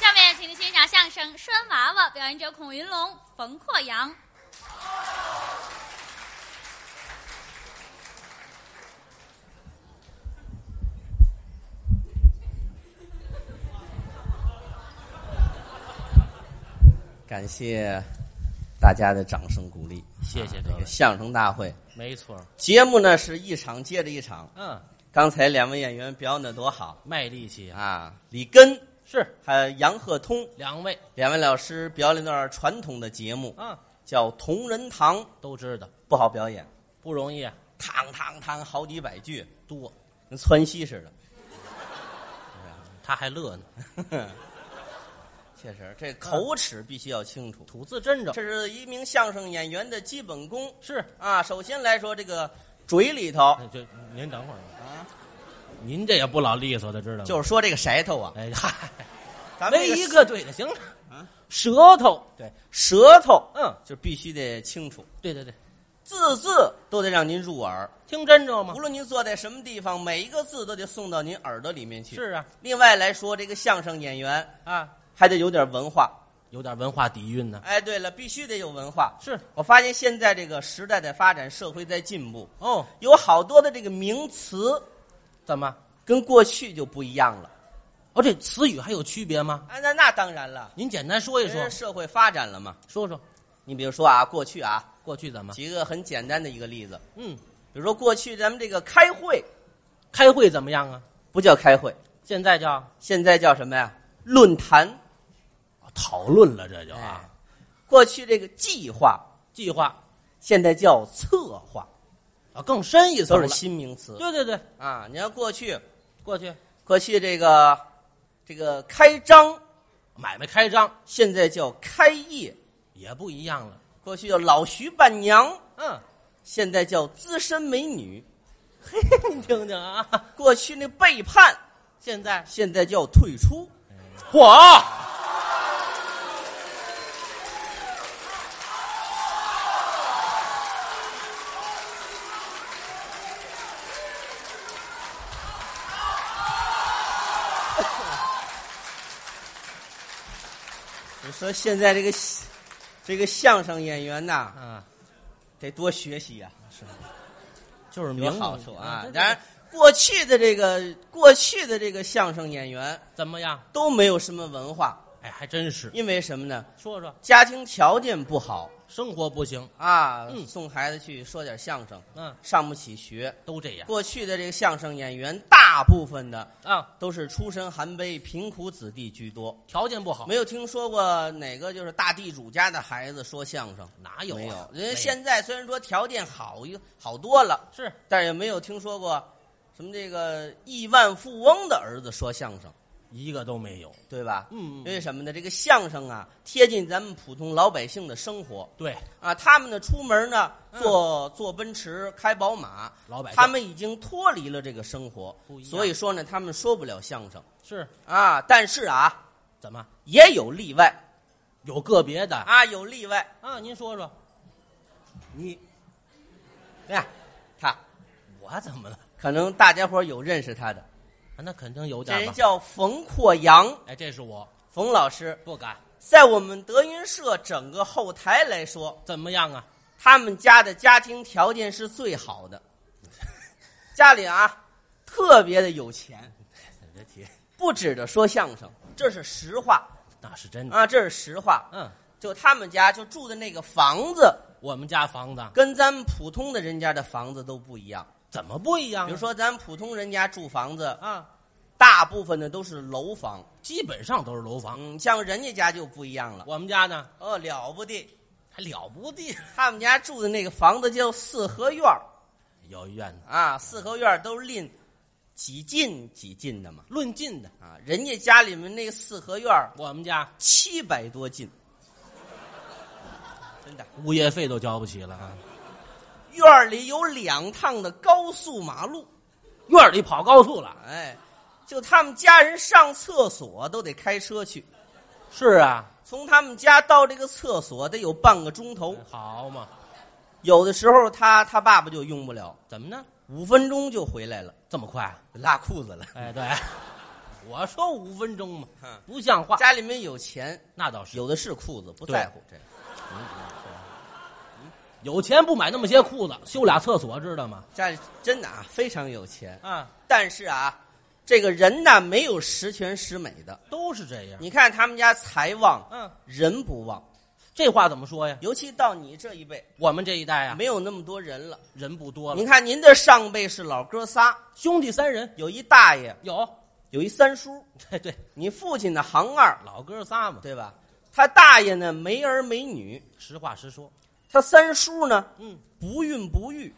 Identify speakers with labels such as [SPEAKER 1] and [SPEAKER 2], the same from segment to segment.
[SPEAKER 1] 欣赏相声《拴娃娃》，表演者孔云龙、冯阔阳。
[SPEAKER 2] 感谢大家的掌声鼓励。
[SPEAKER 3] 谢谢
[SPEAKER 2] 啊
[SPEAKER 3] 各
[SPEAKER 2] 这
[SPEAKER 3] 位
[SPEAKER 2] 个相声大会
[SPEAKER 3] 没错儿，
[SPEAKER 2] 节目呢是一场接着一场。
[SPEAKER 3] 嗯，
[SPEAKER 2] 刚才两位演员表演的多好
[SPEAKER 3] 卖力气啊，
[SPEAKER 2] 啊！李根
[SPEAKER 3] 是
[SPEAKER 2] 还有杨鹤通
[SPEAKER 3] 两位
[SPEAKER 2] 两位老师表演一段传统的节目，
[SPEAKER 3] 啊，
[SPEAKER 2] 叫《同仁堂》，
[SPEAKER 3] 都知道
[SPEAKER 2] 不好表演，
[SPEAKER 3] 不容易啊，
[SPEAKER 2] 堂堂堂好几百句，
[SPEAKER 3] 多
[SPEAKER 2] 跟窜稀似的。
[SPEAKER 3] 他还乐呢，
[SPEAKER 2] 确实，这口齿必须要清楚，
[SPEAKER 3] 吐字真着
[SPEAKER 2] 这是一名相声演员的基本功
[SPEAKER 3] 是，
[SPEAKER 2] 啊。首先来说，这个嘴里头
[SPEAKER 3] 那就您等会儿啊，您这也不老利索的，知道吗？
[SPEAKER 2] 就是是说这个舌头啊，
[SPEAKER 3] 哎 嗨，
[SPEAKER 2] 咱们
[SPEAKER 3] 没
[SPEAKER 2] 这
[SPEAKER 3] 一个对的，行了
[SPEAKER 2] 啊，
[SPEAKER 3] 舌头对，
[SPEAKER 2] 舌头
[SPEAKER 3] 嗯，
[SPEAKER 2] 就必须得清楚，
[SPEAKER 3] 对对对，
[SPEAKER 2] 字字都得让您入耳。
[SPEAKER 3] 听真着吗
[SPEAKER 2] 无？论您坐在什么地方，每一个字都得送到您耳朵里面去。。
[SPEAKER 3] 是啊
[SPEAKER 2] 另外来说，这个相声演员
[SPEAKER 3] 啊，
[SPEAKER 2] 还得有点文化。
[SPEAKER 3] 有点文化底蕴呢，
[SPEAKER 2] 哎，对了，必须得有文化。
[SPEAKER 3] 是
[SPEAKER 2] 我发现现在这个时代在发展，社会在进步，
[SPEAKER 3] 哦，
[SPEAKER 2] 有好多的这个名词
[SPEAKER 3] 怎么？
[SPEAKER 2] 跟过去就不一样了。
[SPEAKER 3] 哦，这词语还有区别吗？
[SPEAKER 2] 啊，那那当然了，
[SPEAKER 3] 您简单说一说
[SPEAKER 2] 人家，社会发展了嘛。
[SPEAKER 3] 说说
[SPEAKER 2] 你比如说啊，过去啊，
[SPEAKER 3] 过去怎么？
[SPEAKER 2] 举个很简单的一个例子，
[SPEAKER 3] 嗯，
[SPEAKER 2] 比如说过去咱们这个开会
[SPEAKER 3] 开会怎么样啊？
[SPEAKER 2] 不叫开会，
[SPEAKER 3] 现在叫
[SPEAKER 2] 现在叫什么呀？论坛。
[SPEAKER 3] 啊讨论了，这就
[SPEAKER 2] 哎
[SPEAKER 3] 啊，
[SPEAKER 2] 过去这个计划，
[SPEAKER 3] 计划
[SPEAKER 2] 现在叫策划，
[SPEAKER 3] 啊更深一
[SPEAKER 2] 都
[SPEAKER 3] 层了
[SPEAKER 2] 是。新名词
[SPEAKER 3] 对对对，
[SPEAKER 2] 啊。你看过去，
[SPEAKER 3] 过去
[SPEAKER 2] 过去这个这个开张，
[SPEAKER 3] 买卖开张
[SPEAKER 2] 现在叫开业；
[SPEAKER 3] 也不一样了。
[SPEAKER 2] 过去叫老徐伴娘，
[SPEAKER 3] 嗯，
[SPEAKER 2] 现在叫资深美女；
[SPEAKER 3] 嘿，您听听啊，
[SPEAKER 2] 过去那背叛，
[SPEAKER 3] 现在
[SPEAKER 2] 现在叫退出。
[SPEAKER 3] 嚯，
[SPEAKER 2] 你说现在这个这个相声演员呐，
[SPEAKER 3] 啊，
[SPEAKER 2] 得多学习呀、
[SPEAKER 3] 就是
[SPEAKER 2] 有
[SPEAKER 3] 名
[SPEAKER 2] 好处啊。
[SPEAKER 3] 嗯对对对
[SPEAKER 2] 当然，过去的这个过去的这个相声演员
[SPEAKER 3] 怎么样？
[SPEAKER 2] 都没有什么文化，
[SPEAKER 3] 哎，还真是。
[SPEAKER 2] 因为什么呢？
[SPEAKER 3] 说说
[SPEAKER 2] 家庭条件不好
[SPEAKER 3] 生活不行，
[SPEAKER 2] 啊，
[SPEAKER 3] 嗯
[SPEAKER 2] 送孩子去说点相声，
[SPEAKER 3] 嗯，
[SPEAKER 2] 上不起学。
[SPEAKER 3] 都这样
[SPEAKER 2] 过去的这个相声演员，大部分的
[SPEAKER 3] 啊，
[SPEAKER 2] 都是出身寒卑、贫苦子弟居多，
[SPEAKER 3] 条件不好，
[SPEAKER 2] 没有听说过哪个就是大地主家的孩子说相声。
[SPEAKER 3] 哪有啊
[SPEAKER 2] 没有，人
[SPEAKER 3] 没
[SPEAKER 2] 家现在虽然说条件好一好多了，
[SPEAKER 3] 是
[SPEAKER 2] 但是也没有听说过什么这个亿万富翁的儿子说相声，
[SPEAKER 3] 一个都没有。
[SPEAKER 2] 对吧？
[SPEAKER 3] 嗯，
[SPEAKER 2] 因
[SPEAKER 3] 嗯
[SPEAKER 2] 为什么呢？这个相声啊，贴近咱们普通老百姓的生活
[SPEAKER 3] 对，
[SPEAKER 2] 啊。他们呢，出门呢，
[SPEAKER 3] 嗯
[SPEAKER 2] 坐坐奔驰，开宝马，
[SPEAKER 3] 老百姓
[SPEAKER 2] 他们已经脱离了这个生活
[SPEAKER 3] 不，一样
[SPEAKER 2] 所以说呢，他们说不了相声
[SPEAKER 3] 是
[SPEAKER 2] 啊。但是啊，
[SPEAKER 3] 怎么
[SPEAKER 2] 也有例外
[SPEAKER 3] 有个别的
[SPEAKER 2] 啊，有例外。
[SPEAKER 3] 啊？您说说，你
[SPEAKER 2] 你看，他
[SPEAKER 3] 我怎么了？
[SPEAKER 2] 可能大家伙儿有认识他的，
[SPEAKER 3] 啊那肯定有
[SPEAKER 2] 这
[SPEAKER 3] 点
[SPEAKER 2] 人
[SPEAKER 3] 吧。
[SPEAKER 2] 叫冯阔阳，
[SPEAKER 3] 哎，这是我
[SPEAKER 2] 冯老师。
[SPEAKER 3] 不敢。
[SPEAKER 2] 在我们德云社整个后台来说，
[SPEAKER 3] 怎么样啊？
[SPEAKER 2] 他们家的家庭条件是最好 的，家里啊特别的有钱，
[SPEAKER 3] 哎别提，
[SPEAKER 2] 不指着说相声，这是实话
[SPEAKER 3] 那是真的。
[SPEAKER 2] 啊，这是实话。
[SPEAKER 3] 嗯，
[SPEAKER 2] 就他们家就住的那个房子，
[SPEAKER 3] 我们家房子啊
[SPEAKER 2] 跟咱们普通的人家的房子都不一样。
[SPEAKER 3] 怎么不一样啊、
[SPEAKER 2] 比如说，咱们普通人家住房子，
[SPEAKER 3] 啊，
[SPEAKER 2] 大部分的都是楼房，
[SPEAKER 3] 基本上都是楼房。
[SPEAKER 2] 嗯，像人家家就不一样了。
[SPEAKER 3] 我们家呢
[SPEAKER 2] 哦，了不得，
[SPEAKER 3] 还了不地，
[SPEAKER 2] 他们家住的那个房子叫四合院儿。
[SPEAKER 3] 有一院子，
[SPEAKER 2] 啊，四合院儿都是拎几进几进的嘛。
[SPEAKER 3] 论进的。
[SPEAKER 2] 啊，人家家里面那个四合院儿
[SPEAKER 3] 我们家
[SPEAKER 2] 七百多进， 真的，
[SPEAKER 3] 物业费都交不起了啊，
[SPEAKER 2] 院儿里有两趟的高速马路，
[SPEAKER 3] 院儿里跑高速了。
[SPEAKER 2] 哎，就他们家人上厕所都得开车去，
[SPEAKER 3] 是啊，
[SPEAKER 2] 从他们家到这个厕所得有半个钟头，
[SPEAKER 3] 哎好嘛，
[SPEAKER 2] 有的时候他他爸爸就用不了，
[SPEAKER 3] 怎么呢？
[SPEAKER 2] 五分钟就回来了，
[SPEAKER 3] 这么快？
[SPEAKER 2] 拉裤子了。
[SPEAKER 3] 哎，对， 我说五分钟嘛
[SPEAKER 2] 嗯，
[SPEAKER 3] 不像话。
[SPEAKER 2] 家里面有钱，
[SPEAKER 3] 那倒是，
[SPEAKER 2] 有的是裤子，不
[SPEAKER 3] 对
[SPEAKER 2] 在乎这个。
[SPEAKER 3] 有钱不买那么些裤子，修俩厕所知道吗？
[SPEAKER 2] 家里真的啊，非常有钱。
[SPEAKER 3] 啊，
[SPEAKER 2] 但是啊，这个人呐，没有十全十美的。
[SPEAKER 3] 都是这样。
[SPEAKER 2] 你看他们家财旺，
[SPEAKER 3] 嗯，
[SPEAKER 2] 人不旺，
[SPEAKER 3] 这话怎么说呀？
[SPEAKER 2] 尤其到你这一辈，
[SPEAKER 3] 我们这一代啊，
[SPEAKER 2] 没有那么多人了。
[SPEAKER 3] 人不多了
[SPEAKER 2] 您，看您的上辈是老哥仨，
[SPEAKER 3] 兄弟三人
[SPEAKER 2] 有一大爷，
[SPEAKER 3] 有，
[SPEAKER 2] 有一三叔，
[SPEAKER 3] 对对，
[SPEAKER 2] 你父亲的行二，
[SPEAKER 3] 老哥仨嘛。
[SPEAKER 2] 对吧？他大爷呢没儿没女，
[SPEAKER 3] 实话实说，
[SPEAKER 2] 他三叔呢
[SPEAKER 3] 嗯，
[SPEAKER 2] 不孕不育，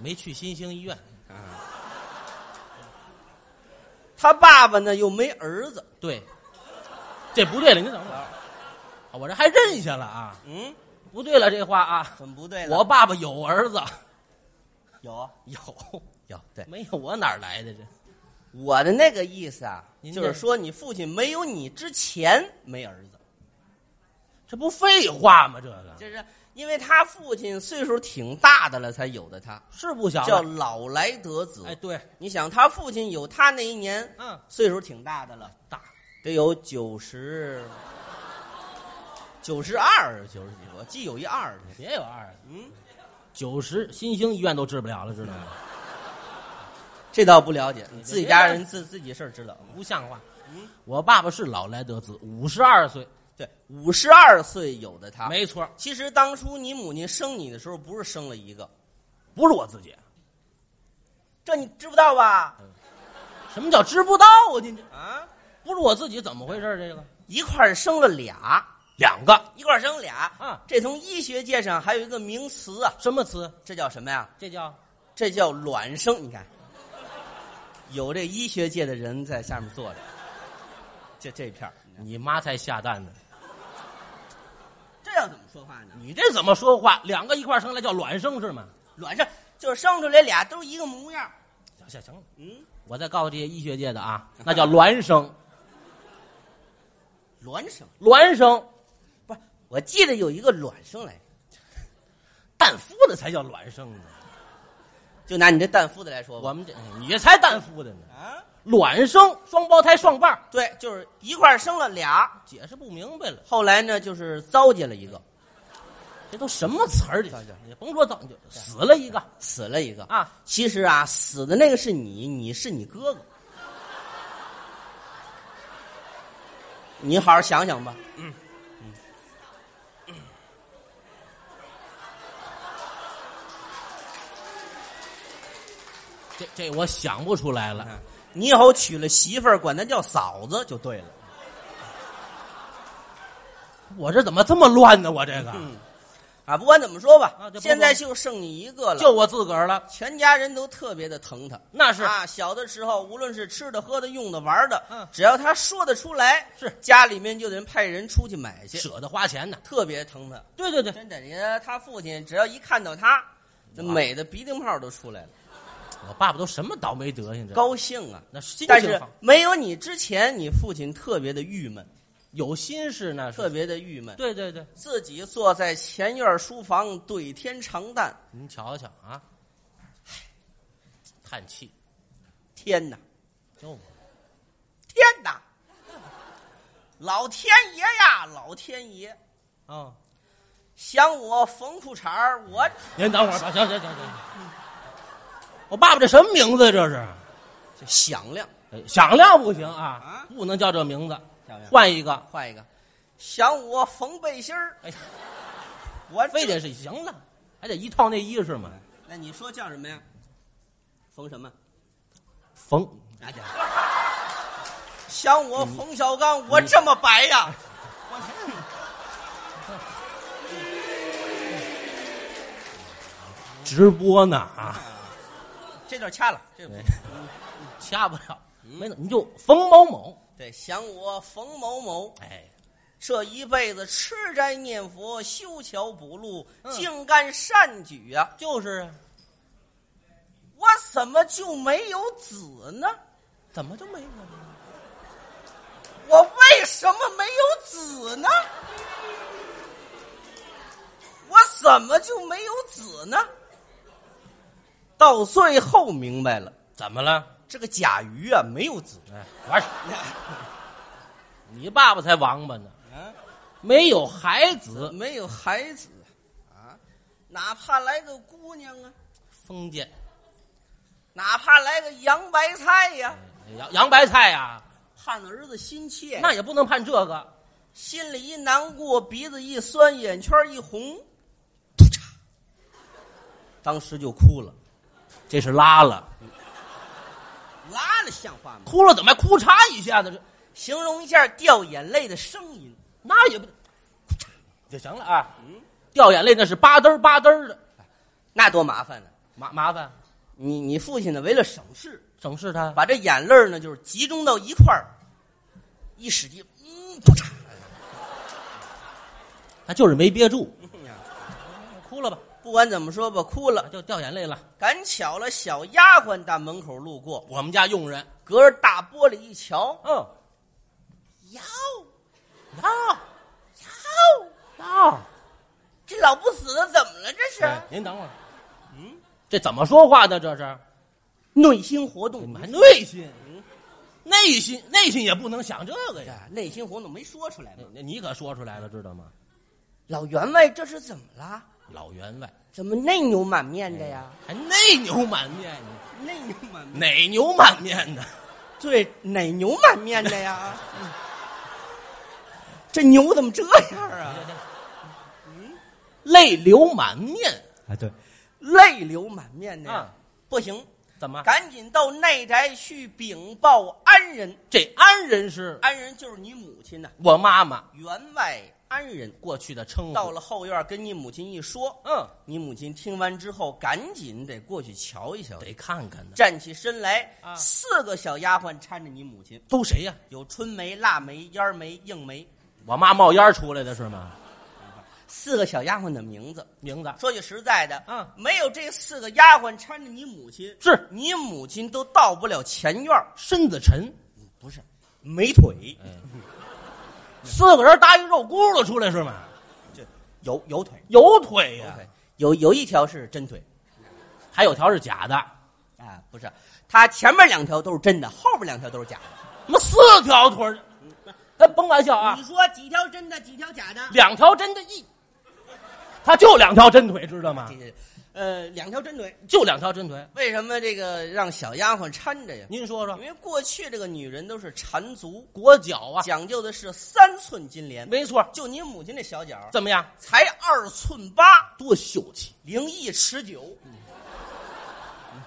[SPEAKER 3] 没去新兴医院，
[SPEAKER 2] 他爸爸呢又没儿子。
[SPEAKER 3] 对，这不对了，您等会儿啊，我这还认下了啊，
[SPEAKER 2] 嗯，
[SPEAKER 3] 不对了，这话啊，
[SPEAKER 2] 怎么不对了？
[SPEAKER 3] 我爸爸有儿子，
[SPEAKER 2] 有啊
[SPEAKER 3] 有
[SPEAKER 2] 有， 对
[SPEAKER 3] 没有我哪儿来的这？
[SPEAKER 2] 我的那个意思啊，
[SPEAKER 3] 您
[SPEAKER 2] 就是
[SPEAKER 3] 这
[SPEAKER 2] 说你父亲没有你之前没儿子，
[SPEAKER 3] 这不废话吗？这个
[SPEAKER 2] 就是因为他父亲岁数挺大的了才有的他，
[SPEAKER 3] 是不小
[SPEAKER 2] 叫
[SPEAKER 3] 了，
[SPEAKER 2] 老来得子。
[SPEAKER 3] 哎，对，
[SPEAKER 2] 你想他父亲有他那一年，
[SPEAKER 3] 嗯，
[SPEAKER 2] 岁数挺大的了，
[SPEAKER 3] 大
[SPEAKER 2] 得有九十。九十二，九十几，我记有一二。
[SPEAKER 3] 别有二，
[SPEAKER 2] 嗯，
[SPEAKER 3] 九十新兴医院都治不了了，知道吗？
[SPEAKER 2] 这倒不了解，你自己家
[SPEAKER 3] 别
[SPEAKER 2] 人自自己事儿知道。
[SPEAKER 3] 不像话
[SPEAKER 2] 嗯。
[SPEAKER 3] 我爸爸是老来得子，五十二岁，
[SPEAKER 2] 对，五十二岁有的他。
[SPEAKER 3] 没错，
[SPEAKER 2] 其实当初你母亲生你的时候，不是生了一个，
[SPEAKER 3] 不是我自己。
[SPEAKER 2] 这你知不道吧？
[SPEAKER 3] 什么叫知不道啊？您这
[SPEAKER 2] 啊，
[SPEAKER 3] 不是我自己，怎么回事儿？这个
[SPEAKER 2] 一块儿生了俩，
[SPEAKER 3] 两个
[SPEAKER 2] 一块儿生俩
[SPEAKER 3] 啊
[SPEAKER 2] 这从医学界上还有一个名词啊，
[SPEAKER 3] 什么词？
[SPEAKER 2] 这叫什么呀？
[SPEAKER 3] 这叫
[SPEAKER 2] 这叫卵生。你看，有这医学界的人在下面坐着，这这片儿，
[SPEAKER 3] 你妈才下蛋呢！
[SPEAKER 2] 这要怎么说话呢？
[SPEAKER 3] 你这怎么说话？两个一块儿生来叫卵生是吗？
[SPEAKER 2] 卵生就是生出来俩都一个模样儿，
[SPEAKER 3] 行行行了，
[SPEAKER 2] 嗯，
[SPEAKER 3] 我再告诉这些医学界的啊，那叫孪 生，
[SPEAKER 2] 卵生
[SPEAKER 3] 孪生，
[SPEAKER 2] 不是？我记得有一个卵生来，
[SPEAKER 3] 蛋孵的才叫孪生呢。
[SPEAKER 2] 就拿你这蛋孵的来说吧，
[SPEAKER 3] 我们这哎你才蛋孵的呢，
[SPEAKER 2] 啊，
[SPEAKER 3] 卵生双胞胎双伴儿，
[SPEAKER 2] 对，就是一块儿生了俩，
[SPEAKER 3] 解释不明白了，
[SPEAKER 2] 后来呢就是糟践了一个，
[SPEAKER 3] 这都什么词儿？这
[SPEAKER 2] 行行
[SPEAKER 3] 你甭说早就死了一个
[SPEAKER 2] 死了一个
[SPEAKER 3] 啊，
[SPEAKER 2] 其实啊，死的那个是你，你是你哥 哥。你好好想想吧。嗯
[SPEAKER 3] 这这我想不出来了。
[SPEAKER 2] 啊你以后娶了媳妇儿，管她叫嫂子就对了。
[SPEAKER 3] 我这怎么这么乱呢？我这个
[SPEAKER 2] 嗯啊，不管怎么说吧，
[SPEAKER 3] 啊这不
[SPEAKER 2] 现在就剩你一个了，
[SPEAKER 3] 就我自个儿了，
[SPEAKER 2] 全家人都特别的疼他。
[SPEAKER 3] 那是
[SPEAKER 2] 啊，小的时候无论是吃的、喝的、用的、玩的，
[SPEAKER 3] 嗯
[SPEAKER 2] 只要他说得出来，
[SPEAKER 3] 是
[SPEAKER 2] 家里面就得派人出去买去，
[SPEAKER 3] 舍得花钱呢。
[SPEAKER 2] 特别疼他。
[SPEAKER 3] 对对对，
[SPEAKER 2] 真的，人家他父亲只要一看到他，那
[SPEAKER 3] 哇
[SPEAKER 2] 美的鼻涕泡都出来了，
[SPEAKER 3] 我爸爸都什么倒霉德行？这
[SPEAKER 2] 高兴啊！
[SPEAKER 3] 那心
[SPEAKER 2] 但
[SPEAKER 3] 情
[SPEAKER 2] 是
[SPEAKER 3] 好，
[SPEAKER 2] 没有你之前，你父亲特别的郁闷，
[SPEAKER 3] 有心事那
[SPEAKER 2] 特
[SPEAKER 3] 是。
[SPEAKER 2] 别的郁闷，
[SPEAKER 3] 对对对，
[SPEAKER 2] 自己坐在前院书房对天长叹。
[SPEAKER 3] 您瞧瞧啊，叹气，
[SPEAKER 2] 天哪，
[SPEAKER 3] 哟，
[SPEAKER 2] 天哪！老天爷呀，老天爷，
[SPEAKER 3] 啊，
[SPEAKER 2] 想我缝裤衩儿，我
[SPEAKER 3] 您等会儿吧，行行行行，我爸爸这什么名字呀啊这是？
[SPEAKER 2] 这响亮，
[SPEAKER 3] 哎响亮不行啊
[SPEAKER 2] 啊，哎
[SPEAKER 3] 不能叫这名字，
[SPEAKER 2] 响亮，
[SPEAKER 3] 换一个。
[SPEAKER 2] 换一个，想我缝背心儿，
[SPEAKER 3] 哎呀，
[SPEAKER 2] 我
[SPEAKER 3] 非得是行了，还得一套内衣是吗？
[SPEAKER 2] 那你说叫什么呀？缝什么？
[SPEAKER 3] 缝，
[SPEAKER 2] 拿嗯去。 想我冯小刚，我这么白 呀？
[SPEAKER 3] 直播呢
[SPEAKER 2] 哎
[SPEAKER 3] 啊，
[SPEAKER 2] 这段掐了，这不
[SPEAKER 3] 掐不了，没弄你就冯某某。
[SPEAKER 2] 对。想我冯某某，
[SPEAKER 3] 哎，
[SPEAKER 2] 这一辈子吃斋念佛，修桥补路，
[SPEAKER 3] 嗯
[SPEAKER 2] 净干善举啊！
[SPEAKER 3] 就是啊，
[SPEAKER 2] 我怎么就没有子呢？
[SPEAKER 3] 怎么就没有？
[SPEAKER 2] 我为什么没有子呢？我怎么就没有子呢？到最后明白了，
[SPEAKER 3] 怎么了？
[SPEAKER 2] 这个甲鱼啊没有子，
[SPEAKER 3] 哎，完事，你爸爸才王八呢，
[SPEAKER 2] 啊，
[SPEAKER 3] 没有孩子，
[SPEAKER 2] 没有孩子，啊，哪怕来个姑娘啊，
[SPEAKER 3] 封建
[SPEAKER 2] 哪怕来个洋白菜呀、
[SPEAKER 3] 洋洋哎白菜呀、
[SPEAKER 2] 盼儿子心切，
[SPEAKER 3] 那也不能判这个。
[SPEAKER 2] 心里一难过，鼻子一酸，眼圈一红， 突嚓，当时就哭了，
[SPEAKER 3] 这是拉了，
[SPEAKER 2] 拉了像话吗？
[SPEAKER 3] 哭了怎么还哭嚓一下子？这
[SPEAKER 2] 形容一下掉眼泪的声音，
[SPEAKER 3] 那也不就行了啊！
[SPEAKER 2] 嗯，
[SPEAKER 3] 掉眼泪那是吧嘚儿吧嘚儿的，
[SPEAKER 2] 那多麻烦呢、啊
[SPEAKER 3] 麻麻烦，
[SPEAKER 2] 你你父亲呢，为了省事，
[SPEAKER 3] 省事他
[SPEAKER 2] 把这眼泪儿呢就是集中到一块儿，一使劲，嗯，噗嚓，
[SPEAKER 3] 他就是没憋住，哭了吧，
[SPEAKER 2] 不管怎么说吧，哭了。
[SPEAKER 3] 就掉眼泪了。
[SPEAKER 2] 赶巧了，小丫鬟到门口路过，
[SPEAKER 3] 我们家佣人，
[SPEAKER 2] 隔着大玻璃一瞧，
[SPEAKER 3] 嗯，
[SPEAKER 2] 哟，
[SPEAKER 3] 啊
[SPEAKER 2] 哟，
[SPEAKER 3] 啊！
[SPEAKER 2] 这老不死的怎么了？这
[SPEAKER 3] 哎
[SPEAKER 2] 是啊
[SPEAKER 3] 您等会儿，嗯，这怎么说话呢？这是
[SPEAKER 2] 内心活动，
[SPEAKER 3] 你们还
[SPEAKER 2] 对
[SPEAKER 3] 内心，内心内心也不能想这个呀。
[SPEAKER 2] 呀，啊内心活动没说出来嘛。
[SPEAKER 3] 你你可说出来了，知道吗？
[SPEAKER 2] 嗯老员外这是怎么了？
[SPEAKER 3] 老员外
[SPEAKER 2] 怎么内牛满面的呀？
[SPEAKER 3] 还内牛满面呢。
[SPEAKER 2] 哎内牛满面，
[SPEAKER 3] 哪牛满面呢？
[SPEAKER 2] 对，哪牛满面的呀？ 这牛怎么这样啊？
[SPEAKER 3] 泪流满面
[SPEAKER 2] 啊，对，泪流满面的呀。
[SPEAKER 3] 啊！
[SPEAKER 2] 不行，
[SPEAKER 3] 怎么？
[SPEAKER 2] 赶紧到内宅去禀报安人。
[SPEAKER 3] 这安人是
[SPEAKER 2] 安人就是你母亲呐、
[SPEAKER 3] 我妈妈
[SPEAKER 2] 员外安人。
[SPEAKER 3] 过去的称呼。
[SPEAKER 2] 到，了后院，跟你母亲一说，
[SPEAKER 3] 嗯，
[SPEAKER 2] 你母亲听完之后，赶紧得过去瞧一瞧，
[SPEAKER 3] 得看看呢。
[SPEAKER 2] 站起身来。
[SPEAKER 3] 啊
[SPEAKER 2] 四个小丫鬟搀着你母亲，
[SPEAKER 3] 都谁呀、
[SPEAKER 2] 有春梅、腊梅、烟梅、硬梅，
[SPEAKER 3] 我妈冒烟出来的是吗？
[SPEAKER 2] 四个小丫鬟的名字。
[SPEAKER 3] 名字
[SPEAKER 2] 说句实在的，
[SPEAKER 3] 嗯，
[SPEAKER 2] 没有这四个丫鬟搀着你母亲，
[SPEAKER 3] 是
[SPEAKER 2] 你母亲都到不了前院儿
[SPEAKER 3] 身子沉，
[SPEAKER 2] 不是，没腿，
[SPEAKER 3] 四个人搭一肉轱辘出来是吗？
[SPEAKER 2] 有有腿，
[SPEAKER 3] 有腿
[SPEAKER 2] 有
[SPEAKER 3] 哎呀、
[SPEAKER 2] 腿，有有一条是真腿，
[SPEAKER 3] 还有条是假的，
[SPEAKER 2] 啊，不是，他前面两条都是真的，后边两条都是假的。
[SPEAKER 3] 他妈四条腿儿，咱甭玩笑啊
[SPEAKER 2] 你，说几条真的，几条假的？
[SPEAKER 3] 两条真的一，他就两条真腿，知道吗
[SPEAKER 2] 这？个，呃，两条真腿，
[SPEAKER 3] 就两条真腿，
[SPEAKER 2] 为什么这个让小丫鬟搀着呀？
[SPEAKER 3] 您说说
[SPEAKER 2] 因，为过去这个女人都是缠足，
[SPEAKER 3] 裹脚啊，
[SPEAKER 2] 讲究的是三寸金莲。
[SPEAKER 3] 没错，
[SPEAKER 2] 就你母亲这小脚，
[SPEAKER 3] 怎么样？
[SPEAKER 2] 才二寸八，
[SPEAKER 3] 多秀气！嗯
[SPEAKER 2] 零一尺九，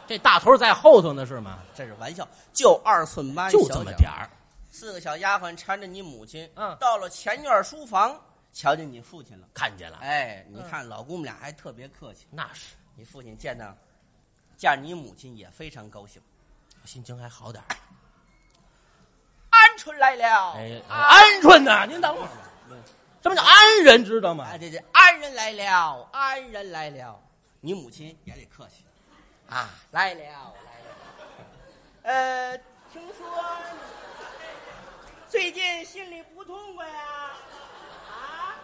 [SPEAKER 3] 这大头在后头呢，是吗？
[SPEAKER 2] 这是玩笑，就二寸八，
[SPEAKER 3] 就这么点。儿，
[SPEAKER 2] 四个小丫鬟搀着你母亲，
[SPEAKER 3] 嗯
[SPEAKER 2] 到了前院书房，瞧见你父亲了。
[SPEAKER 3] 看见了，
[SPEAKER 2] 哎，你
[SPEAKER 3] 嗯
[SPEAKER 2] 看老姑母俩还特别客气，
[SPEAKER 3] 那是
[SPEAKER 2] 你父亲见到，见着你母亲也非常高兴，
[SPEAKER 3] 我心情还好点儿。
[SPEAKER 2] 鹌鹑来了，
[SPEAKER 3] 哎，
[SPEAKER 2] 啊
[SPEAKER 3] 鹌鹑呢？您等会儿，什么叫安人？知道吗
[SPEAKER 2] 啊，？这这安人来了，安人来了，你母亲也得客气啊，来了来了。呃，听说最近心里不痛快啊？啊，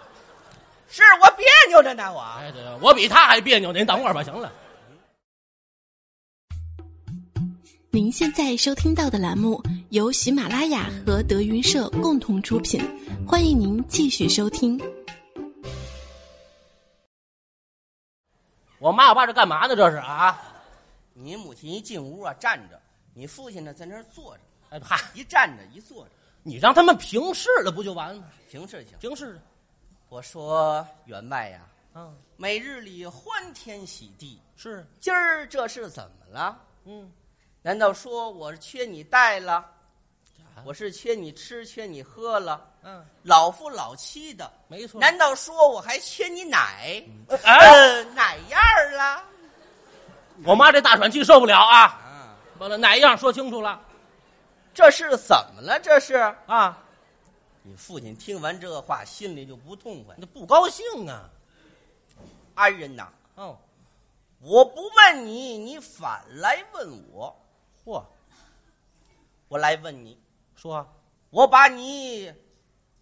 [SPEAKER 2] 是我别扭着呢，我。
[SPEAKER 3] 哎，对了，我比他还别扭。您等会儿吧，行了。
[SPEAKER 4] 您现在收听到的栏目由喜马拉雅和德云社共同出品，欢迎您继续收听。
[SPEAKER 3] 我妈我爸这干嘛呢？这是啊？
[SPEAKER 2] 你母亲一进屋啊，站着；你父亲呢，在那儿坐着，啊
[SPEAKER 3] 哎，嗨，
[SPEAKER 2] 一站着一坐着，
[SPEAKER 3] 你让他们平视了不就完了吗？
[SPEAKER 2] 平视行。
[SPEAKER 3] 平视
[SPEAKER 2] 我说员外呀、
[SPEAKER 3] 啊，
[SPEAKER 2] 每日里欢天喜地，
[SPEAKER 3] 是，
[SPEAKER 2] 今儿这是怎么了？
[SPEAKER 3] 嗯，
[SPEAKER 2] 难道说我是缺你带了
[SPEAKER 3] 啊？
[SPEAKER 2] 我是缺你吃，缺你喝了，
[SPEAKER 3] 嗯，
[SPEAKER 2] 老夫老妻的。
[SPEAKER 3] 没错。
[SPEAKER 2] 难道说我还缺你奶？
[SPEAKER 3] 哎，
[SPEAKER 2] 呃，奶样儿啊了？
[SPEAKER 3] 我妈这大喘气受不了啊！
[SPEAKER 2] 啊，
[SPEAKER 3] 完了，哪样说清楚了
[SPEAKER 2] 这是怎么了？这是
[SPEAKER 3] 啊？
[SPEAKER 2] 你父亲听完这话，心里就不痛快。
[SPEAKER 3] 那不高兴啊？
[SPEAKER 2] 安人呐，
[SPEAKER 3] 哦，
[SPEAKER 2] 我不问你，你反来问我。
[SPEAKER 3] 嚯，
[SPEAKER 2] 我来问你，
[SPEAKER 3] 说啊
[SPEAKER 2] 我把你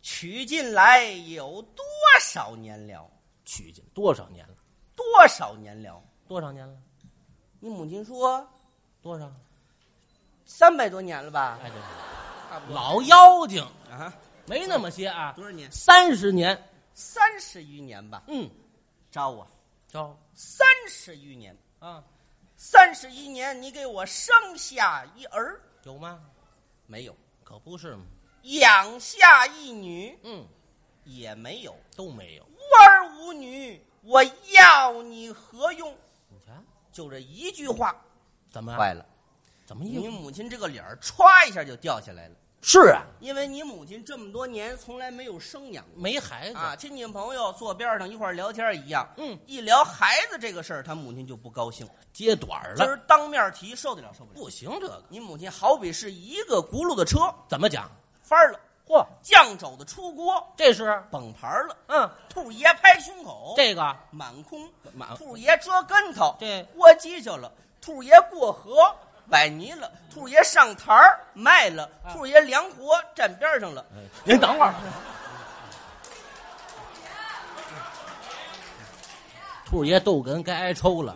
[SPEAKER 2] 娶进来有多少年了？
[SPEAKER 3] 娶进多少年了？
[SPEAKER 2] 多少年了？
[SPEAKER 3] 多少年了？
[SPEAKER 2] 你母亲说
[SPEAKER 3] 多少？
[SPEAKER 2] 三百多年了吧？
[SPEAKER 3] 哎，对，
[SPEAKER 2] 差不多
[SPEAKER 3] 老妖精
[SPEAKER 2] 啊，
[SPEAKER 3] 没那么些啊，
[SPEAKER 2] 多少年？
[SPEAKER 3] 三十年，
[SPEAKER 2] 三十余年吧。
[SPEAKER 3] 嗯，
[SPEAKER 2] 招我
[SPEAKER 3] 招
[SPEAKER 2] 三十余年，
[SPEAKER 3] 啊，
[SPEAKER 2] 三十一年，你给我生下一儿
[SPEAKER 3] 有吗？
[SPEAKER 2] 没有？
[SPEAKER 3] 可不是嘛，
[SPEAKER 2] 养下一女
[SPEAKER 3] 嗯，
[SPEAKER 2] 也没有，
[SPEAKER 3] 都没有。
[SPEAKER 2] 无儿无女，我要你何用？
[SPEAKER 3] 你瞧，
[SPEAKER 2] 就这一句话，
[SPEAKER 3] 怎么啊
[SPEAKER 2] 坏了，
[SPEAKER 3] 怎么
[SPEAKER 2] 你
[SPEAKER 3] 又
[SPEAKER 2] 母亲这个脸儿歘一下就掉下来了，
[SPEAKER 3] 是啊？
[SPEAKER 2] 因为你母亲这么多年从来没有生养过。
[SPEAKER 3] 没孩子，
[SPEAKER 2] 啊，亲戚朋友坐边上一块儿聊天一样，
[SPEAKER 3] 嗯，
[SPEAKER 2] 一聊孩子这个事儿，他母亲就不高兴，
[SPEAKER 3] 接短儿
[SPEAKER 2] 今
[SPEAKER 3] 了，
[SPEAKER 2] 儿当面提受得了受不了？
[SPEAKER 3] 不行，这个
[SPEAKER 2] 你母亲好比是一个轱辘的车
[SPEAKER 3] 怎么讲？
[SPEAKER 2] 翻儿了，
[SPEAKER 3] 嚯，
[SPEAKER 2] 酱肘子出锅，
[SPEAKER 3] 这是
[SPEAKER 2] 崩盘儿了，
[SPEAKER 3] 嗯，
[SPEAKER 2] 兔爷拍胸口，
[SPEAKER 3] 这个
[SPEAKER 2] 满空，
[SPEAKER 3] 满
[SPEAKER 2] 兔爷折跟头，
[SPEAKER 3] 这
[SPEAKER 2] 窝犄角了，兔爷过河崴泥了，
[SPEAKER 3] 嗯
[SPEAKER 2] 兔爷上台儿卖了，
[SPEAKER 3] 啊
[SPEAKER 2] 兔爷凉活站边上了，
[SPEAKER 3] 您等会儿。兔爷逗哏该挨抽了，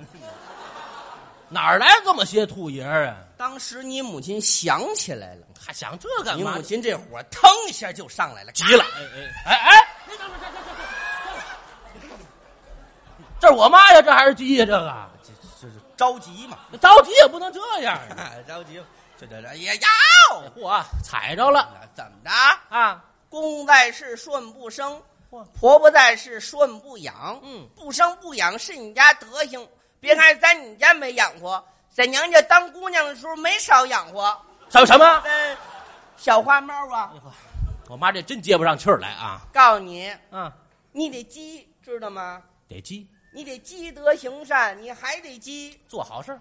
[SPEAKER 3] 哪儿来这么些兔爷儿啊？
[SPEAKER 2] 当时你母亲想起来了。
[SPEAKER 3] 还想这干
[SPEAKER 2] 你
[SPEAKER 3] 嘛？
[SPEAKER 2] 母亲这火腾一下就上来了，
[SPEAKER 3] 急了！哎哎哎哎！你等会儿这这这这这是我妈呀，这还是鸡呀？这个
[SPEAKER 2] 这这是着急 嘛？
[SPEAKER 3] 着急也不能这样啊。
[SPEAKER 2] 着急，这这哎这也要
[SPEAKER 3] 嚯，踩着了
[SPEAKER 2] 怎么着？
[SPEAKER 3] 啊！
[SPEAKER 2] 公在世顺不生
[SPEAKER 3] 嚯，
[SPEAKER 2] 婆婆在世顺不养。
[SPEAKER 3] 嗯，
[SPEAKER 2] 不生不养是你家德行。别看在你家没养活，在娘家当姑娘的时候没少养活。
[SPEAKER 3] 什什么？
[SPEAKER 2] 嗯，小花猫啊，
[SPEAKER 3] 嗯我妈这真接不上气儿来啊！
[SPEAKER 2] 告诉你，
[SPEAKER 3] 啊，
[SPEAKER 2] 你得积，知道吗？
[SPEAKER 3] 得鸡，
[SPEAKER 2] 你得积德行善，你还得积。
[SPEAKER 3] 做好事儿。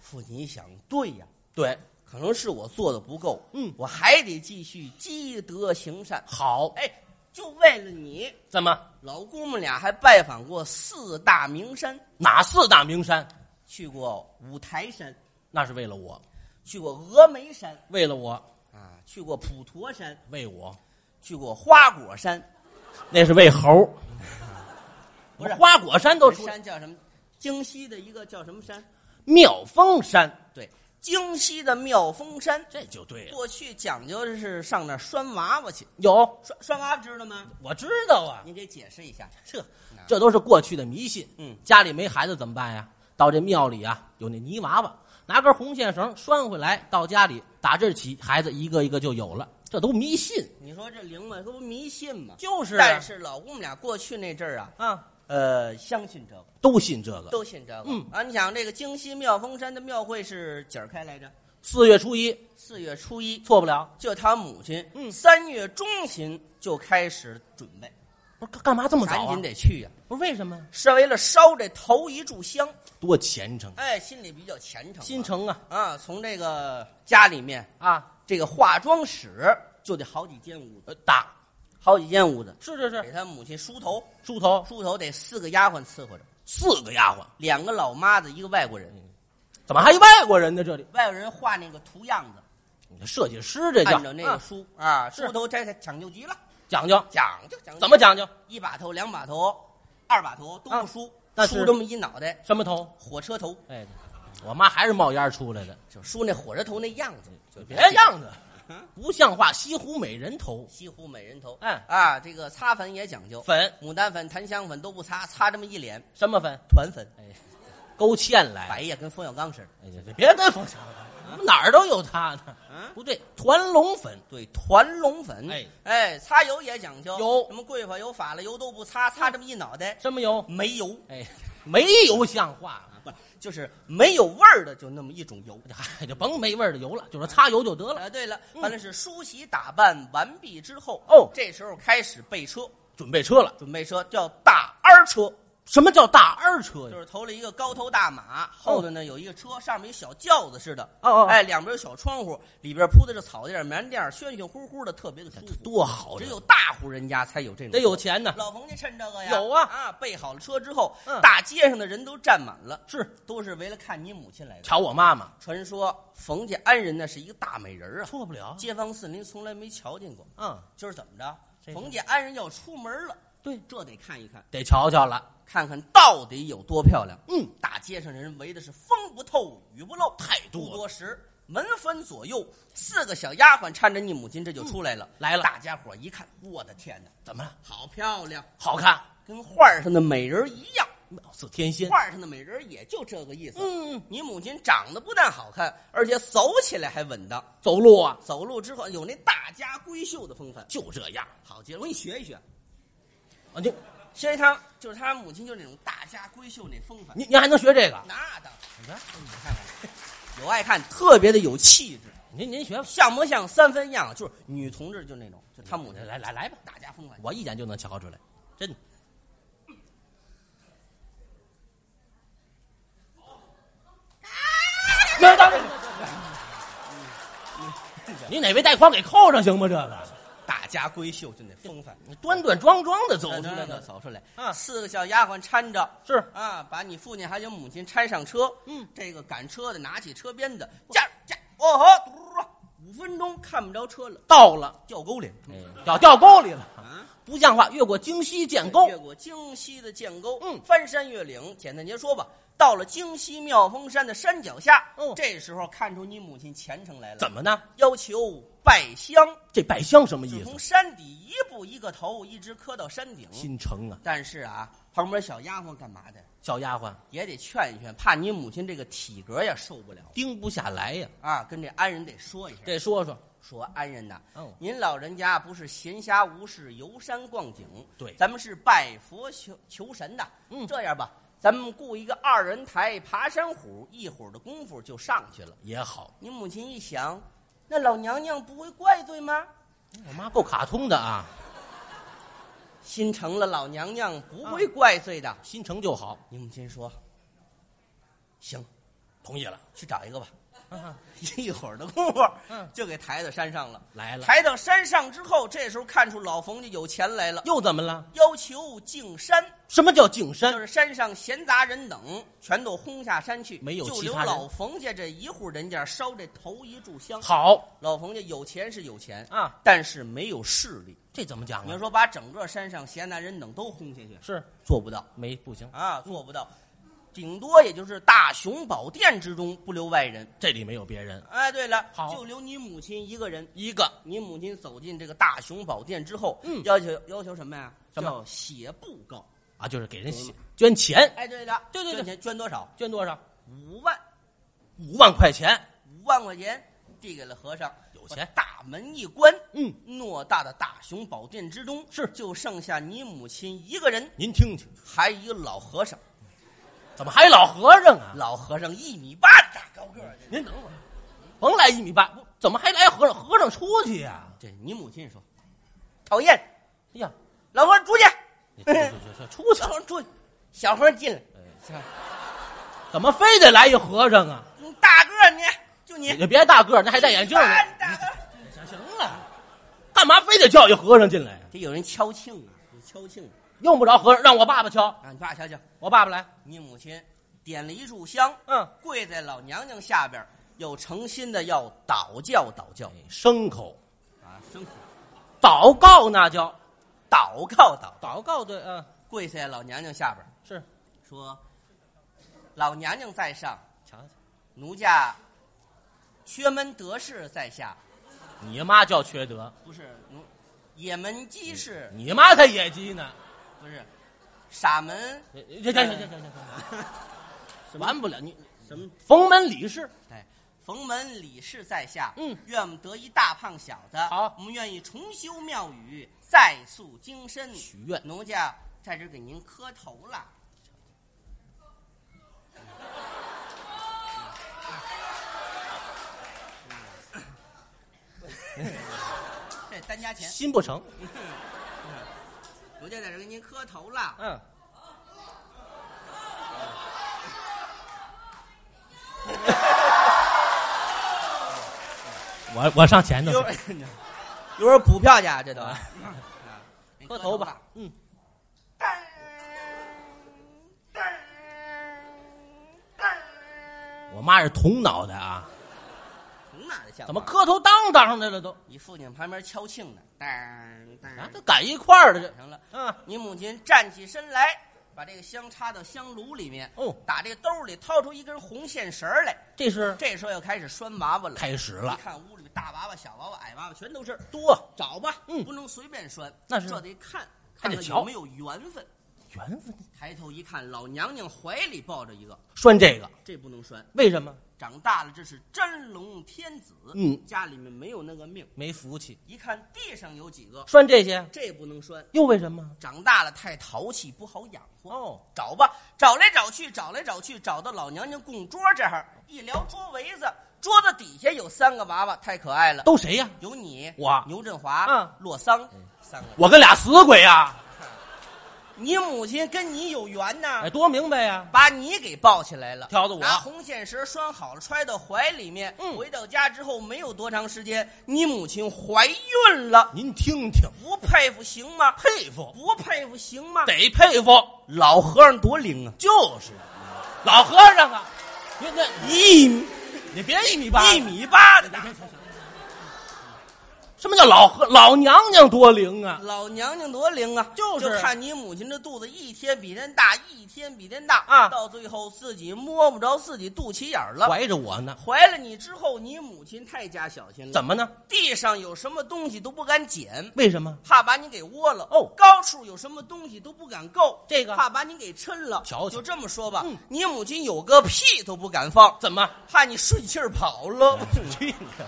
[SPEAKER 2] 父亲一想，对呀，
[SPEAKER 3] 对，
[SPEAKER 2] 可能是我做的不够，
[SPEAKER 3] 嗯
[SPEAKER 2] 我还得继续积德行善。
[SPEAKER 3] 好，
[SPEAKER 2] 哎，就为了你，
[SPEAKER 3] 怎么
[SPEAKER 2] 老姑们俩还拜访过四大名山，
[SPEAKER 3] 哪四大名山？
[SPEAKER 2] 去过五台山，
[SPEAKER 3] 那是为了我，
[SPEAKER 2] 去过峨眉山
[SPEAKER 3] 为了我，
[SPEAKER 2] 啊，去过普陀山，
[SPEAKER 3] 为我，
[SPEAKER 2] 去过花果山，
[SPEAKER 3] 那是为猴。
[SPEAKER 2] 不是
[SPEAKER 3] 花果山都
[SPEAKER 2] 这
[SPEAKER 3] 出
[SPEAKER 2] 山叫什么？京西的一个叫什么山？
[SPEAKER 3] 妙峰山，
[SPEAKER 2] 对，京西的妙峰山。
[SPEAKER 3] 这就对了。
[SPEAKER 2] 过去讲究的是上那儿拴娃娃去，
[SPEAKER 3] 有，
[SPEAKER 2] 拴拴娃娃知道吗？
[SPEAKER 3] 我知道啊，
[SPEAKER 2] 您给解释一下。
[SPEAKER 3] 这
[SPEAKER 2] 啊
[SPEAKER 3] 这都是过去的迷信。
[SPEAKER 2] 嗯
[SPEAKER 3] 家里没孩子怎么办呀？到这庙里啊，有那泥娃娃，拿根红线绳拴回来，到家里打这儿起，孩子一个一个就有了。这都迷信，
[SPEAKER 2] 你说这灵嘛，这不迷信吗？
[SPEAKER 3] 就是啊
[SPEAKER 2] 但是老姑们俩过去那阵儿啊，
[SPEAKER 3] 啊，
[SPEAKER 2] 呃，相信这个，
[SPEAKER 3] 都信这个。
[SPEAKER 2] 都信这个。
[SPEAKER 3] 嗯
[SPEAKER 2] 啊，你想这个京西妙峰山的庙会是几儿开来着？
[SPEAKER 3] 四月初一
[SPEAKER 2] 四月初一，
[SPEAKER 3] 错不了，
[SPEAKER 2] 就他母亲，
[SPEAKER 3] 嗯
[SPEAKER 2] 三月中旬就开始准备，
[SPEAKER 3] 不是干干嘛这么早
[SPEAKER 2] 赶
[SPEAKER 3] 啊
[SPEAKER 2] 紧？得去呀、
[SPEAKER 3] 不是为什么？
[SPEAKER 2] 是为了烧这头一炷香，
[SPEAKER 3] 多虔诚，
[SPEAKER 2] 哎，心里比较虔诚、
[SPEAKER 3] 心诚啊
[SPEAKER 2] 啊，从这个家里面，
[SPEAKER 3] 啊！
[SPEAKER 2] 这个化妆室就得好几间屋子，
[SPEAKER 3] 呃，打
[SPEAKER 2] 好几间屋子，
[SPEAKER 3] 是是
[SPEAKER 2] 给
[SPEAKER 3] 是，
[SPEAKER 2] 他母亲梳头，
[SPEAKER 3] 梳头
[SPEAKER 2] 梳头得四个丫鬟伺候着，
[SPEAKER 3] 四个丫鬟，
[SPEAKER 2] 两个老妈子，一个外国人，
[SPEAKER 3] 怎么还有外国人呢？这里
[SPEAKER 2] 外国人画那个图样子。
[SPEAKER 3] 你这设计师这叫
[SPEAKER 2] 按照那个
[SPEAKER 3] 啊
[SPEAKER 2] 梳啊，梳
[SPEAKER 3] 是
[SPEAKER 2] 头这才讲究极了，
[SPEAKER 3] 讲究，
[SPEAKER 2] 讲究讲究。
[SPEAKER 3] 怎么？讲究？
[SPEAKER 2] 一把头、两把头、二把头都不
[SPEAKER 3] 啊
[SPEAKER 2] 梳，
[SPEAKER 3] 但是
[SPEAKER 2] 梳这么一脑袋
[SPEAKER 3] 什么头？
[SPEAKER 2] 火车头，
[SPEAKER 3] 哎，我妈还是冒烟出来的，
[SPEAKER 2] 就梳那火车头那样子，就
[SPEAKER 3] 别样子，不像话，西湖美人头
[SPEAKER 2] 西湖美人头。
[SPEAKER 3] 哎
[SPEAKER 2] 啊，这个擦粉也讲究，
[SPEAKER 3] 粉
[SPEAKER 2] 牡丹粉、檀香粉都不擦，擦这么一脸
[SPEAKER 3] 什么粉？
[SPEAKER 2] 团粉，
[SPEAKER 3] 勾芡来，
[SPEAKER 2] 白呀，跟冯小刚似的。
[SPEAKER 3] 哎呀，别跟风抢了，我们哪儿都有它呢。
[SPEAKER 2] 嗯
[SPEAKER 3] 不对，团龙粉
[SPEAKER 2] 对，团龙粉，
[SPEAKER 3] 哎
[SPEAKER 2] 哎，擦油也讲究，
[SPEAKER 3] 有
[SPEAKER 2] 什么桂花油、法拉油都不擦，擦这么一脑袋
[SPEAKER 3] 什么油？
[SPEAKER 2] 没油，
[SPEAKER 3] 哎，没油像话，
[SPEAKER 2] 不是就是没有味儿的，就那么一种油。
[SPEAKER 3] 哎，就甭没味儿的油了，就是擦油就得了。
[SPEAKER 2] 啊，对了，
[SPEAKER 3] 嗯
[SPEAKER 2] 完了是梳洗打扮完毕之后，
[SPEAKER 3] 哦
[SPEAKER 2] 这时候开始备车，
[SPEAKER 3] 准备车了，
[SPEAKER 2] 准备车叫大二车，
[SPEAKER 3] 什么叫大二
[SPEAKER 2] 就
[SPEAKER 3] 车呀？
[SPEAKER 2] 是头了一个高头大马，后头呢有一个车，上面有小轿子似的，
[SPEAKER 3] 哦哦
[SPEAKER 2] 哎，两边有小窗户，里边铺的是草垫、棉垫，喧喧呼呼的，特别的舒服。
[SPEAKER 3] 多好
[SPEAKER 2] 只
[SPEAKER 3] 这
[SPEAKER 2] 有大户人家才有这种，
[SPEAKER 3] 得有。钱呢。
[SPEAKER 2] 老冯家趁这个呀，
[SPEAKER 3] 有啊
[SPEAKER 2] 啊！备好了车之后，
[SPEAKER 3] 嗯
[SPEAKER 2] 大街上的人都站满了，
[SPEAKER 3] 是，
[SPEAKER 2] 都是为了看你母亲来的。
[SPEAKER 3] 瞧我妈妈，
[SPEAKER 2] 传说冯家安人呢是一个大美人儿啊，
[SPEAKER 3] 错不了。
[SPEAKER 2] 街坊四邻从来没瞧见过。
[SPEAKER 3] 嗯，
[SPEAKER 2] 今儿怎么着？
[SPEAKER 3] 这
[SPEAKER 2] 冯家安人要出门了，
[SPEAKER 3] 对，
[SPEAKER 2] 这得看一看，
[SPEAKER 3] 得瞧瞧了。
[SPEAKER 2] 看看到底有多漂亮。
[SPEAKER 3] 嗯，
[SPEAKER 2] 大街上人围的是风不透雨不漏，太
[SPEAKER 3] 多了
[SPEAKER 2] 多时，门分左右，四个小丫鬟搀着你母亲这就出来了。
[SPEAKER 3] 嗯来了
[SPEAKER 2] 大家伙一看，我的天哪，
[SPEAKER 3] 怎么了？
[SPEAKER 2] 好漂亮，
[SPEAKER 3] 好看，
[SPEAKER 2] 跟画儿上的美人儿一样。
[SPEAKER 3] 貌似天仙
[SPEAKER 2] 画。儿上的美人儿也就这个意思。
[SPEAKER 3] 嗯，
[SPEAKER 2] 你母亲长得不但好看，而且走起来还稳当，
[SPEAKER 3] 走路啊，
[SPEAKER 2] 走路之后有那大家闺秀的风范。
[SPEAKER 3] 就这样
[SPEAKER 2] 好结，我给你学一学。
[SPEAKER 3] 啊！就
[SPEAKER 2] 薛一汤就是他母亲，就是那种大家闺秀那风范。
[SPEAKER 3] 您您还能学这个？
[SPEAKER 2] 那当然，你看，你看 看，有爱看，特别的有气质，
[SPEAKER 3] 您您学吧，
[SPEAKER 2] 像模像三分样，就是女同志就那种，就他母亲
[SPEAKER 3] 来来来吧，
[SPEAKER 2] 大家风范。
[SPEAKER 3] 我一眼就能瞧出来，真的。那当然，你哪位带筐给扣上行吗？这个
[SPEAKER 2] 大家闺秀就那风范，
[SPEAKER 3] 你端端庄庄的走出来
[SPEAKER 2] 的
[SPEAKER 3] 的，
[SPEAKER 2] 走出来。
[SPEAKER 3] 嗯
[SPEAKER 2] 四个小丫鬟搀着，
[SPEAKER 3] 是
[SPEAKER 2] 啊，把你父亲还有母亲搀上车。
[SPEAKER 3] 嗯，
[SPEAKER 2] 这个赶车的拿起车鞭子，驾驾，哦吼，嘟嘟嘟五分钟看不着车了，
[SPEAKER 3] 到了，
[SPEAKER 2] 掉沟里了。
[SPEAKER 3] 哎掉掉沟里了，
[SPEAKER 2] 啊，
[SPEAKER 3] 不像话！越过京西建沟
[SPEAKER 2] 越，过京西的建沟，
[SPEAKER 3] 嗯
[SPEAKER 2] 翻山越岭。简单些说吧，到了京西妙峰山的山脚下，
[SPEAKER 3] 哦
[SPEAKER 2] 这时候看出你母亲虔诚来了，
[SPEAKER 3] 怎么呢？
[SPEAKER 2] 要求拜香，
[SPEAKER 3] 这拜香什么
[SPEAKER 2] 就
[SPEAKER 3] 意
[SPEAKER 2] 从
[SPEAKER 3] 思？
[SPEAKER 2] 山底一步一个头，一直磕到山顶。
[SPEAKER 3] 心诚啊，
[SPEAKER 2] 但是啊，旁边小丫鬟干嘛的？
[SPEAKER 3] 小丫鬟
[SPEAKER 2] 也得劝一劝，怕你母亲这个体格呀受不了
[SPEAKER 3] 盯不下来呀。
[SPEAKER 2] 啊，跟这安仁得说一下。
[SPEAKER 3] 这说说，
[SPEAKER 2] 说安仁呐，
[SPEAKER 3] 哦
[SPEAKER 2] 您老人家不是闲暇无事游山逛景，
[SPEAKER 3] 对
[SPEAKER 2] 咱们是拜佛求求神的。
[SPEAKER 3] 嗯
[SPEAKER 2] 这样吧，咱们雇一个二人抬爬山虎，一会儿的功夫就上去了。
[SPEAKER 3] 也好，
[SPEAKER 2] 您母亲一想，那老娘娘不会怪罪吗？
[SPEAKER 3] 嗯我妈够卡通的啊，
[SPEAKER 2] 心诚了，老娘娘不
[SPEAKER 3] 嗯
[SPEAKER 2] 会怪罪的。
[SPEAKER 3] 心诚就好，
[SPEAKER 2] 您母亲说：“行，
[SPEAKER 3] 同意了。
[SPEAKER 2] 去找一个吧。
[SPEAKER 3] 啊”
[SPEAKER 2] 一会儿的功夫，
[SPEAKER 3] 嗯
[SPEAKER 2] 就给抬到山上了。
[SPEAKER 3] 来了，
[SPEAKER 2] 抬到山上之后，这时候看出老冯家有钱来了，
[SPEAKER 3] 又怎么了？
[SPEAKER 2] 要求进山，
[SPEAKER 3] 什么叫景
[SPEAKER 2] 就
[SPEAKER 3] 山？
[SPEAKER 2] 是山上闲杂人等全都轰下山去，
[SPEAKER 3] 没有
[SPEAKER 2] 就
[SPEAKER 3] 其
[SPEAKER 2] 留
[SPEAKER 3] 他人
[SPEAKER 2] 老冯家这一户人家烧这头一炷香。
[SPEAKER 3] 好
[SPEAKER 2] 老冯家有钱是有钱，
[SPEAKER 3] 啊，
[SPEAKER 2] 但是没有势力。
[SPEAKER 3] 这怎么讲
[SPEAKER 2] 你要
[SPEAKER 3] 啊？
[SPEAKER 2] 说把整个山上闲杂人等都轰下去，
[SPEAKER 3] 是
[SPEAKER 2] 做不到
[SPEAKER 3] 没不行，
[SPEAKER 2] 啊，做不到，顶多也就是大雄宝殿之中不留外人。
[SPEAKER 3] 这里没有别人，
[SPEAKER 2] 哎，对了，
[SPEAKER 3] 好
[SPEAKER 2] 就留你母亲一个人。
[SPEAKER 3] 一个
[SPEAKER 2] 你母亲走进这个大雄宝殿之后，
[SPEAKER 3] 嗯
[SPEAKER 2] 要求要求什么呀？
[SPEAKER 3] 什么
[SPEAKER 2] 叫写布告。
[SPEAKER 3] 啊，就是给人写捐钱，
[SPEAKER 2] 哎，对了，
[SPEAKER 3] 对对对
[SPEAKER 2] 捐钱捐多少？
[SPEAKER 3] 捐多少？
[SPEAKER 2] 五万，
[SPEAKER 3] 五万块钱，
[SPEAKER 2] 五万块钱递给了和尚。
[SPEAKER 3] 有钱
[SPEAKER 2] 把大门一关，
[SPEAKER 3] 嗯，
[SPEAKER 2] 偌大的大雄宝殿之中，
[SPEAKER 3] 是
[SPEAKER 2] 就剩下你母亲一个人，
[SPEAKER 3] 您听听，
[SPEAKER 2] 还有一个老和尚。
[SPEAKER 3] 怎么还老和尚啊？
[SPEAKER 2] 老和尚一米八的大高个儿，
[SPEAKER 3] 您等会儿，甭来一米八，不怎么还来和尚？和尚出去呀、
[SPEAKER 2] 这你母亲说，讨厌，
[SPEAKER 3] 哎呀，
[SPEAKER 2] 老和尚出去，
[SPEAKER 3] 你出去出去出去
[SPEAKER 2] 老和，尚 出去，小和尚进来，
[SPEAKER 3] 怎么非得来一和尚啊？
[SPEAKER 2] 你大个儿你，就你
[SPEAKER 3] 你，就别大个儿，那还戴眼镜呢。
[SPEAKER 2] 啊你大个儿。
[SPEAKER 3] 行行了，干嘛非得叫一和尚进来呀、
[SPEAKER 2] 得有人敲磬啊，有敲磬
[SPEAKER 3] 用不着和尚，让我爸爸敲，
[SPEAKER 2] 啊！你爸瞧瞧，
[SPEAKER 3] 我爸爸来。
[SPEAKER 2] 你母亲点了一炷香，
[SPEAKER 3] 嗯，
[SPEAKER 2] 跪在老娘娘下边，又诚心的要祷教祷教
[SPEAKER 3] 牲口
[SPEAKER 2] 哎啊，生活
[SPEAKER 3] 祷告那叫
[SPEAKER 2] 祷告祷，
[SPEAKER 3] 祷告，对，嗯、
[SPEAKER 2] 跪在老娘娘下边
[SPEAKER 3] 是，
[SPEAKER 2] 说：“老娘娘在上，
[SPEAKER 3] 瞧瞧，
[SPEAKER 2] 奴家缺门得势在下，
[SPEAKER 3] 你妈叫缺德，
[SPEAKER 2] 不是奴也门鸡是
[SPEAKER 3] 你妈才野鸡呢。
[SPEAKER 2] 不是傻门
[SPEAKER 3] 行行行行行行，完不了你
[SPEAKER 2] 什么？
[SPEAKER 3] 逢门礼事，
[SPEAKER 2] 哎，冯门李氏在下，
[SPEAKER 3] 嗯
[SPEAKER 2] 愿我们得一大胖小子。
[SPEAKER 3] 好
[SPEAKER 2] 我们愿意重修庙宇，再塑精深。
[SPEAKER 3] 许愿
[SPEAKER 2] 奴家在这儿给您磕头了。嗯这单加钱，
[SPEAKER 3] 心不成。
[SPEAKER 2] 奴家在这儿给您磕头了。
[SPEAKER 3] 嗯， 我我上前头
[SPEAKER 2] 一会儿一会儿补票去啊，这都。
[SPEAKER 3] 啊
[SPEAKER 2] 给你
[SPEAKER 3] 磕
[SPEAKER 2] 头
[SPEAKER 3] 头吧。，嗯，我妈是铜脑袋啊，
[SPEAKER 2] 从哪儿的像话？
[SPEAKER 3] 怎么磕头当当的了都？
[SPEAKER 2] 你父亲旁边敲磬呢，当当
[SPEAKER 3] 啊，都赶一块儿了这。
[SPEAKER 2] 成了。
[SPEAKER 3] 嗯，
[SPEAKER 2] 你母亲站起身来，把这个香插到香炉里面，
[SPEAKER 3] 哦
[SPEAKER 2] 打这个兜里掏出一根红线绳儿来。
[SPEAKER 3] 这是
[SPEAKER 2] 这时候又开始拴娃娃了，
[SPEAKER 3] 开始
[SPEAKER 2] 一
[SPEAKER 3] 了，
[SPEAKER 2] 看屋里面大娃娃、小娃娃、矮娃娃全都是，
[SPEAKER 3] 多
[SPEAKER 2] 找吧，
[SPEAKER 3] 嗯
[SPEAKER 2] 不能随便拴，
[SPEAKER 3] 那是
[SPEAKER 2] 这得看
[SPEAKER 3] 还
[SPEAKER 2] 看
[SPEAKER 3] 得
[SPEAKER 2] 看
[SPEAKER 3] 瞧
[SPEAKER 2] 有没有缘分。
[SPEAKER 3] 缘分，
[SPEAKER 2] 抬头一看，老娘娘怀里抱着一个，
[SPEAKER 3] 拴这个
[SPEAKER 2] 这不能拴。
[SPEAKER 3] 为什么？
[SPEAKER 2] 长大了，这是真龙天子，
[SPEAKER 3] 嗯
[SPEAKER 2] 家里面没有那个命。
[SPEAKER 3] 没福气，
[SPEAKER 2] 一看地上有几个，
[SPEAKER 3] 拴这些
[SPEAKER 2] 这不能拴。
[SPEAKER 3] 又为什么？
[SPEAKER 2] 长大了太淘气，不好养活。
[SPEAKER 3] 哦，
[SPEAKER 2] 找吧，找来找去，找来找去，找到老娘娘供桌这儿，一撩桌围子，桌子底下有三个娃娃，太可爱了。
[SPEAKER 3] 都谁呀？
[SPEAKER 2] 有你，
[SPEAKER 3] 我
[SPEAKER 2] 牛振华，
[SPEAKER 3] 嗯
[SPEAKER 2] 洛桑，三个。
[SPEAKER 3] 我跟俩死鬼呀！
[SPEAKER 2] 你母亲跟你有缘呐
[SPEAKER 3] 哎，，多明白呀！
[SPEAKER 2] 把你给抱起来了，
[SPEAKER 3] 挑的我
[SPEAKER 2] 拿红线绳拴好了，揣到怀里面。
[SPEAKER 3] 嗯
[SPEAKER 2] 回到家之后没有多长时间，你母亲怀孕了，
[SPEAKER 3] 您听听，
[SPEAKER 2] 不佩服行吗？
[SPEAKER 3] 佩服
[SPEAKER 2] 不佩服行吗？
[SPEAKER 3] 得佩服，
[SPEAKER 2] 老和尚多灵啊！
[SPEAKER 3] 就是老和尚啊！你那
[SPEAKER 2] 一米
[SPEAKER 3] 你别一米八，
[SPEAKER 2] 一米八的大，
[SPEAKER 3] 什么叫老和老娘娘多灵啊？
[SPEAKER 2] 老娘娘多灵啊！
[SPEAKER 3] 就是
[SPEAKER 2] 就看你母亲这肚子一天比天大，一天比天大
[SPEAKER 3] 啊
[SPEAKER 2] 到最后自己摸不着自己肚脐眼儿了。
[SPEAKER 3] 怀着我呢，
[SPEAKER 2] 怀了你之后，你母亲太加小心了，
[SPEAKER 3] 怎么呢？
[SPEAKER 2] 地上有什么东西都不敢捡，
[SPEAKER 3] 为什么？
[SPEAKER 2] 怕把你给窝了。
[SPEAKER 3] 哦
[SPEAKER 2] 高处有什么东西都不敢够，
[SPEAKER 3] 这个
[SPEAKER 2] 怕把你给抻了。
[SPEAKER 3] 瞧瞧
[SPEAKER 2] 就这么说吧，
[SPEAKER 3] 嗯
[SPEAKER 2] 你母亲有个屁都不敢放，
[SPEAKER 3] 怎么？
[SPEAKER 2] 怕你顺气儿跑了。
[SPEAKER 3] 去你的！